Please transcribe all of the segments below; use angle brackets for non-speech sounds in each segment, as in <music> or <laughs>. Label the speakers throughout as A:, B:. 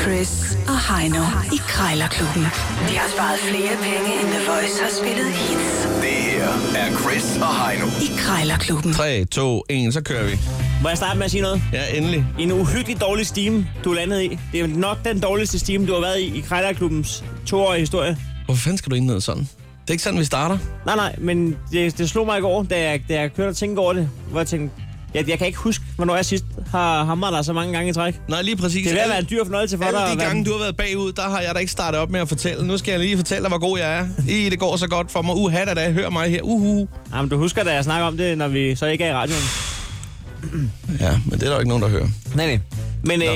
A: Chris og Heino i Krejlerklubben. De har sparet flere penge, end The Voice har spillet hits
B: Det her er Chris og Heino.
A: i Krejlerklubben.
C: 3, 2, 1, så kører vi.
D: Må jeg starte med at sige noget?
C: Ja, endelig.
D: En uhyggelig dårlig stime, du er landet i. Det er nok den dårligste stime, du har været i i Krejlerklubbens toårige historie.
C: Hvorfor fanden skal du indlede sådan? Det er ikke sådan, vi starter.
D: Nej, nej, men det, det slog mig i går, da jeg, da jeg kørte og tænkte over det, hvor jeg tænkte, jeg, jeg kan ikke huske, hvornår jeg sidst har hamret dig så mange gange i træk. Det
C: Nej, lige præcis.
D: er ved at
C: Alle-
D: være en dyr fornøjelse for dig.
C: Alle
D: at
C: de
D: være-
C: gange, du har været bagud, der har jeg da ikke startet op med at fortælle. Nu skal jeg lige fortælle dig, hvor god jeg er. I, det går så godt for mig. Uha, da, da. Hør mig her. Uhu.
D: Jamen, du husker, da jeg snakker om det, når vi så ikke er i radioen.
C: Ja, men det er der jo ikke nogen, der hører.
D: Nej, nej. Men øh,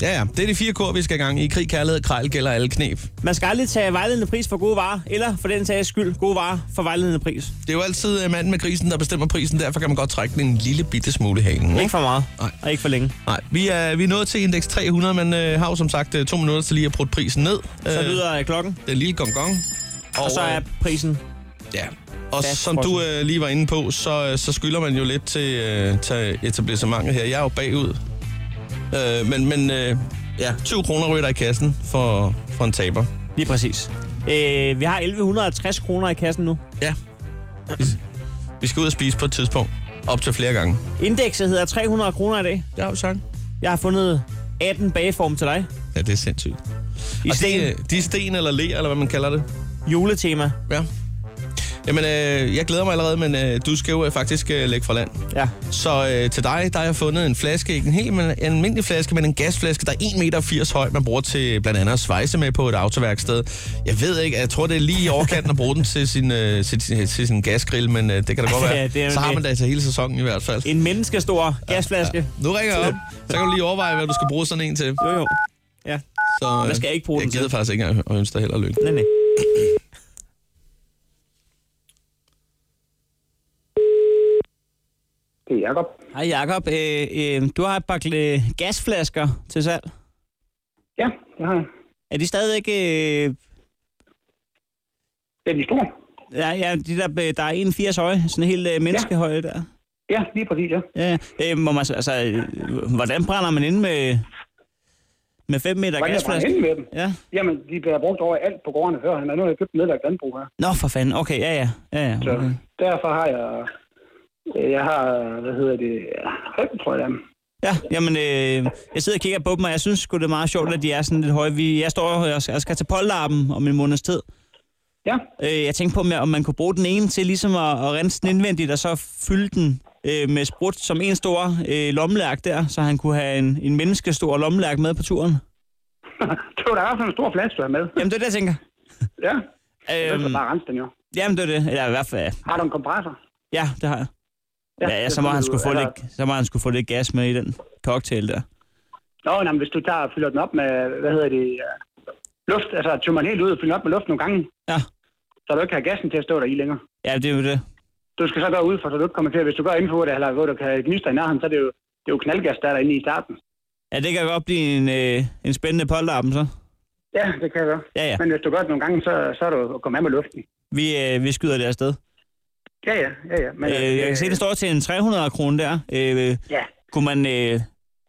C: Ja, ja. Det er de fire kår, vi skal i gang i. Krig, kærlighed, krejl gælder alle knep.
D: man skal aldrig tage vejledende pris for gode varer, eller for den sags skyld, gode varer for vejledende pris.
C: Det er jo altid øh, manden med grisen, der bestemmer prisen. Derfor kan man godt trække den en lille bitte smule i halen.
D: Ikke
C: Ikke?
D: for meget,
C: Nej.
D: og ikke for længe.
C: Nej, vi er, vi er nået til indeks 300, men øh, har jo som sagt øh, to minutter til lige at bruge prisen ned.
D: Så
C: Øh,
D: lyder øh, klokken,
C: Den lille gong gong.
D: og så er
C: øh,
D: prisen
C: Ja. Og
D: Fast
C: som du øh, lige var inde på, så, øh, så skylder man jo lidt til, øh, til etablissementet her. Jeg er jo bagud. Øh, men men øh, ja, 20 kroner ryger der i kassen for, for en taber.
D: Lige præcis. Øh, vi har 1160 kroner i kassen nu.
C: Ja. Vi, vi skal ud og spise på et tidspunkt. Op til flere gange.
D: Indekset hedder 300 kroner i dag.
C: Ja, tak.
D: Jeg har fundet 18 bageform til dig.
C: Ja, det er sindssygt.
D: I
C: Og
D: sten,
C: de, øh, de er sten eller ler, eller hvad man kalder det.
D: juletema.
C: Ja. Jamen, øh, jeg glæder mig allerede, men øh, du skal jo øh, faktisk øh, lægge fra land.
D: Ja.
C: Så øh, til dig, der har jeg fundet en flaske, ikke en helt men en almindelig flaske, men en gasflaske, der er 1,80 meter høj, man bruger til blandt andet at svejse med på et autoværksted. Jeg ved ikke, jeg tror, det er lige i overkanten at bruge den til sin, øh, til, til, til sin gasgrill, men øh, det kan da
D: <laughs>
C: godt være.
D: Ja, det er jo
C: så har
D: det.
C: man det til hele sæsonen i hvert fald.
D: En menneskestor gasflaske.
C: Nu ringer jeg op, så kan du lige overveje, hvad du skal bruge sådan en til.
D: Jo, jo. Ja.
C: Så, øh,
D: Hvad skal jeg ikke bruge
C: jeg
D: den til?
C: gider faktisk ikke engang at ønske dig held og lykke.
D: Nej, nej.
E: Det er Jacob.
D: Hej Jacob, øh, øh, du har et par gl- gasflasker til salg.
E: Ja, det har jeg.
D: Er de stadigvæk... Øh,
E: Den er stor.
D: ja, ja, de der, øh, der er 81 høje, sådan helt øh, menneskehøje der.
E: Ja, lige præcis, ja.
D: Ja, øh, må man, så- altså, øh, hvordan brænder man ind med, med 5 meter
E: Hvordan jeg brænder
D: gasflaske?
E: hen med dem?
D: Ja.
E: Jamen, de bliver brugt over alt på gårdene før, men nu har jeg købt en nedlagt landbrug her.
D: Nå, for fanden. Okay, ja, ja. ja, ja.
E: Så
D: Okay.
E: derfor har jeg... øh, Jeg har, hvad hedder det, fem, tror jeg, dem.
D: Ja, jamen, øh, jeg sidder og kigger på dem, og jeg synes sgu, det er meget sjovt, at de er sådan lidt høje. Vi, jeg står og jeg skal til polterappen om en måneds tid.
E: Ja, <laughs>
D: Øh, jeg tænkte på, om jeg- om man kunne bruge den ene til ligesom at, at rense den indvendigt, og så fylde den øh, med sprut som en stor øh, lommelærk der, så han kunne have en, en menneskestor lommelærk med på turen.
E: det var da også en stor flaske, du har med.
D: Jamen, det er det, jeg tænker.
E: Ja, øhm.
D: Øh,
E: bare rense den jo.
D: jamen, det er det. Eller i hvert fald,
E: Har du en kompressor?
D: ja, det har jeg.
E: Ja,
D: Ja, ja
E: det
D: så, må
E: skal
D: han
E: du-
D: skulle få
E: eller-
D: lidt, så må han skulle få lidt gas med i den cocktail der.
E: Nå, nej, men hvis du tager og fylder den op med, hvad hedder det, øh, luft, altså tømmer den helt ud og fylder den op med luft nogle gange,
D: Ja,
E: så du ikke har gassen til at stå der i længere.
D: ja det er jo det.
E: Du skal så gøre ud for, så du ikke kommer til, at hvis du gør indenfor det, eller hvor du kan gniste dig i nærheden, så er det jo, det er jo knaldgas, der er derinde i starten.
D: Ja, det kan godt blive en, øh, en spændende polterappen så.
E: Ja, det kan jeg gøre.
D: Ja, ja.
E: Men hvis du gør det nogle gange, så, så er du at komme af med luften.
D: Vi, øh, vi skyder det afsted.
E: Ja, ja, ja, ja. Men,
D: Øh, jeg kan se, det står til en 300 kroner der. Øh,
E: Ja,
D: kunne, man, øh,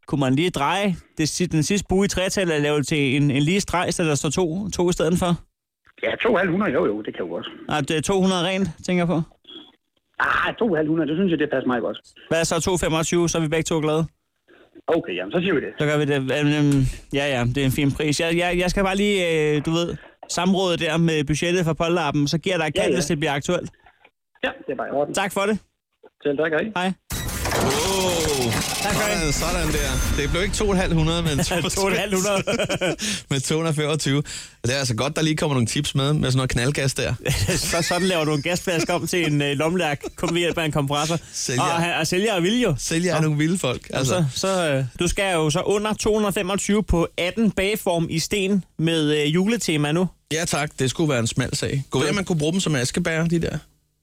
D: kunne man lige dreje det, si- den sidste bue i tretal og lave det til en, en lige streg, så der står to, to i stedet for?
E: ja 2,500, jo jo, det kan jo godt.
D: Nej, det er 200 rent, tænker jeg på.
E: Ah, 2,500, det synes jeg, det passer mig godt.
D: Hvad er så 225, så er vi begge to glade.
E: Okay, jamen, så siger vi det.
D: Så gør vi det. Øhm, øhm, ja, ja, det er en fin pris. Jeg, jeg, jeg skal bare lige, øh, du ved, samråde der med budgettet for polterappen, så giver jeg dig et kald,
E: Ja,
D: ja,
E: ja.
D: hvis det bliver aktuelt.
E: Ja, det er bare i orden.
D: Tak for det.
E: Selv tak, hej.
D: Hej.
C: Wow.
D: <laughs>
C: Sådan, sådan der. Det blev ikke 2,500, men
D: 2,500.
C: med 225. Det er altså godt, der lige kommer nogle tips med, med sådan noget knaldgas der.
D: <laughs> så sådan laver du en gasflaske om til en øh, lommelærk, kun ved hjælp af en kompressor.
C: Sælger.
D: Og, han- og sælger vil jo.
C: Sælger er nogle vilde folk. Altså,
D: Så, så øh, du skal jo så under 225 på 18 bageform i sten med øh, juletema nu.
C: ja tak, det skulle være en smal sag. Gå ved, at man kunne bruge dem som askebærer, de der.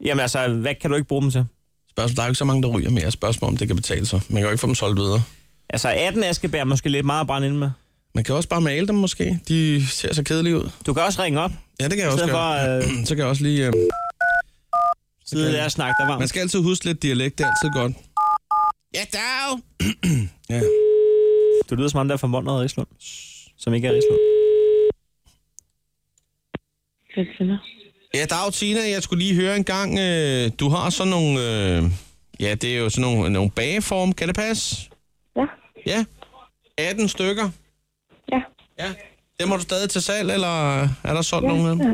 D: Jamen altså, hvad kan du ikke bruge dem til?
C: Spørgsmål, der er jo ikke så mange, der ryger mere. Spørgsmål, om det kan betale sig. Man kan jo ikke få dem solgt videre.
D: Altså 18 askebær er måske lidt meget at brænde ind med.
C: Man kan også bare male dem måske. De ser så kedelige ud.
D: Du kan også ringe op,
C: Ja, det kan jeg
D: i
C: også
D: stedet for
C: gøre.
D: at
C: <clears throat>
D: øh,
C: Så kan jeg også lige... Øh...
D: sidde der og snakke dig varmt.
C: Man skal altid huske lidt dialekt, det er altid godt. Ja, dag! ja, <clears throat>
D: Du lyder som om, der er fra Mondrad og Rislund. som ikke er Rislund.
C: Ja, dag Tina, jeg skulle lige høre en gang, øh, du har sådan nogle, øh, ja, det er jo sådan nogle, nogle bageform, kan det passe?
F: Ja,
C: Ja, 18 stykker,
F: ja.
C: ja. Dem har du stadig til salg, eller er der solgt
F: ja.
C: nogen af dem?
F: ja.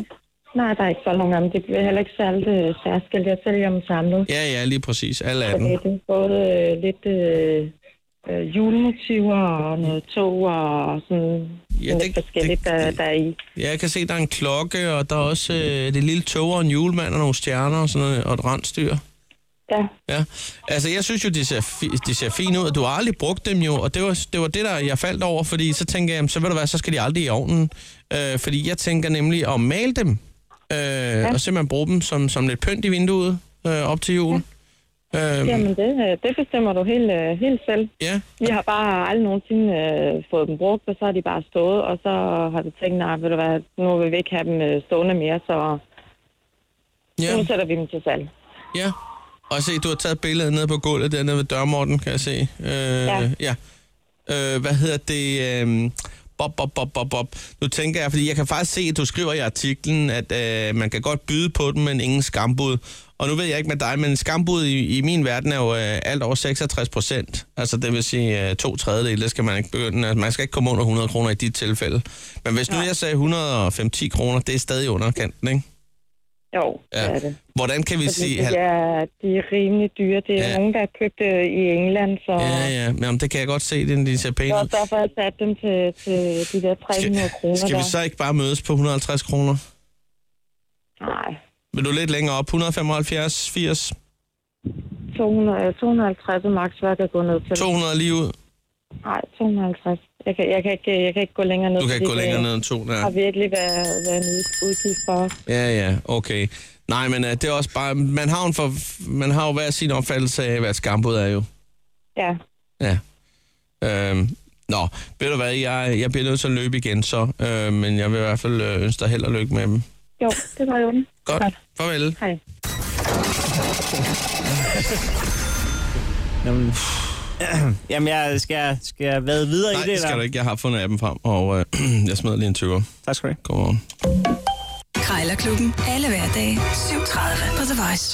F: Nej, der er ikke så nogen af dem. Det bliver heller ikke særligt øh, særskilt. Jeg sælger dem samlet.
C: Ja, ja, lige præcis, alle
F: Så det
C: 18.
F: er det både øh, lidt øh, øh, julemotiver og noget tog og sådan
C: Ja,
F: ja, det,
C: det-
F: lidt forskelligt,
C: det-
F: der, der er i.
C: Ja, jeg kan se, der er en klokke, og der er også øh, det lille tog og en julemand og nogle stjerner og sådan noget, og et rensdyr.
F: Ja,
C: Ja, altså jeg synes jo, de ser, fi- de ser fine ud, og du har aldrig brugt dem jo, og det var det, var det der jeg faldt over, fordi så tænker jeg, jamen, så ved du hvad, så skal de aldrig i ovnen, øh, fordi jeg tænker nemlig at male dem, øh, ja. og simpelthen bruge dem som, som lidt pynt i vinduet øh, op til jul. Ja. Øh,
F: jamen det, øh, det bestemmer du helt, øh, helt selv.
C: ja,
F: Vi har bare aldrig nogensinde øh, fået dem brugt, og så har de bare stået, og så har vi tænkt, nej, ved du hvad, nu vil vi ikke have dem øh, stående mere, så nu
C: ja,
F: sætter vi dem til salg.
C: ja. Og se, du har taget billedet nede på gulvet dernede ved dørmorten, kan jeg se. Øh, ja.
F: Ja.
C: ja. Øh, hvad hedder det? Øh, Bob, bob, bob, bob, bob. Nu tænker jeg, fordi jeg kan faktisk se, at du skriver i artiklen, at øh, man kan godt byde på dem, men ingen skambud. Og nu ved jeg ikke med dig, men skambud i, i min verden er jo øh, alt over 66 procent. Altså det vil sige øh, to tredjedele, det skal man ikke begynde. Altså, man skal ikke komme under 100 kroner i dit tilfælde. Men hvis nu jeg sagde 150 kroner, det er stadig underkanten, ikke?
F: Jo, ja. det er det.
C: Hvordan kan vi
F: Fordi
C: sige...
F: de, er, de er rimelig dyre. Det er
C: Ja.
F: ja. nogen, der er købt øh, i England, så...
C: Ja, ja, men det kan jeg godt se, den de ser
F: Det
C: pæne
F: var
C: ud.
F: også derfor, jeg satte dem til, til de der 300 kroner
C: Skal vi
F: der.
C: så ikke bare mødes på 150 kroner?
F: Nej,
C: Vil du lidt længere op? 175, 80,
F: 200, øh, 250 er max, hvad jeg kan gå ned til.
C: 200 lige ud?
F: Nej, 250. Jeg kan, jeg, kan ikke, jeg kan ikke gå længere ned.
C: Du kan ikke
F: fordi
C: gå længere
F: det
C: ned end 200.
F: har virkelig været, været en ud- udgift for os.
C: Ja, ja, okay. Nej, men uh, det er også bare... Man har, jo en for, man har jo hver sin opfattelse af, hvad et skambud er jo.
F: Ja,
C: Ja. Øhm, nå, ved du hvad, jeg, jeg bliver nødt til at løbe igen så, øh, men jeg vil i hvert fald øh, ønske dig held og lykke med dem.
F: jo, det var jo den.
C: Godt,
F: Godt.
C: farvel.
F: Hej.
C: <sniffs>
D: Jamen, <sniffs> Jamen jeg skal, skal jeg vade videre
C: Nej,
D: i det?
C: det skal
D: eller?
C: du ikke. Jeg har fundet appen frem, og øh, <clears throat> jeg smider lige en 20'er.
D: Tak skal du have.
C: Godmorgen.
A: Krejlerklubben. Alle hverdage. 7.30 på The Voice.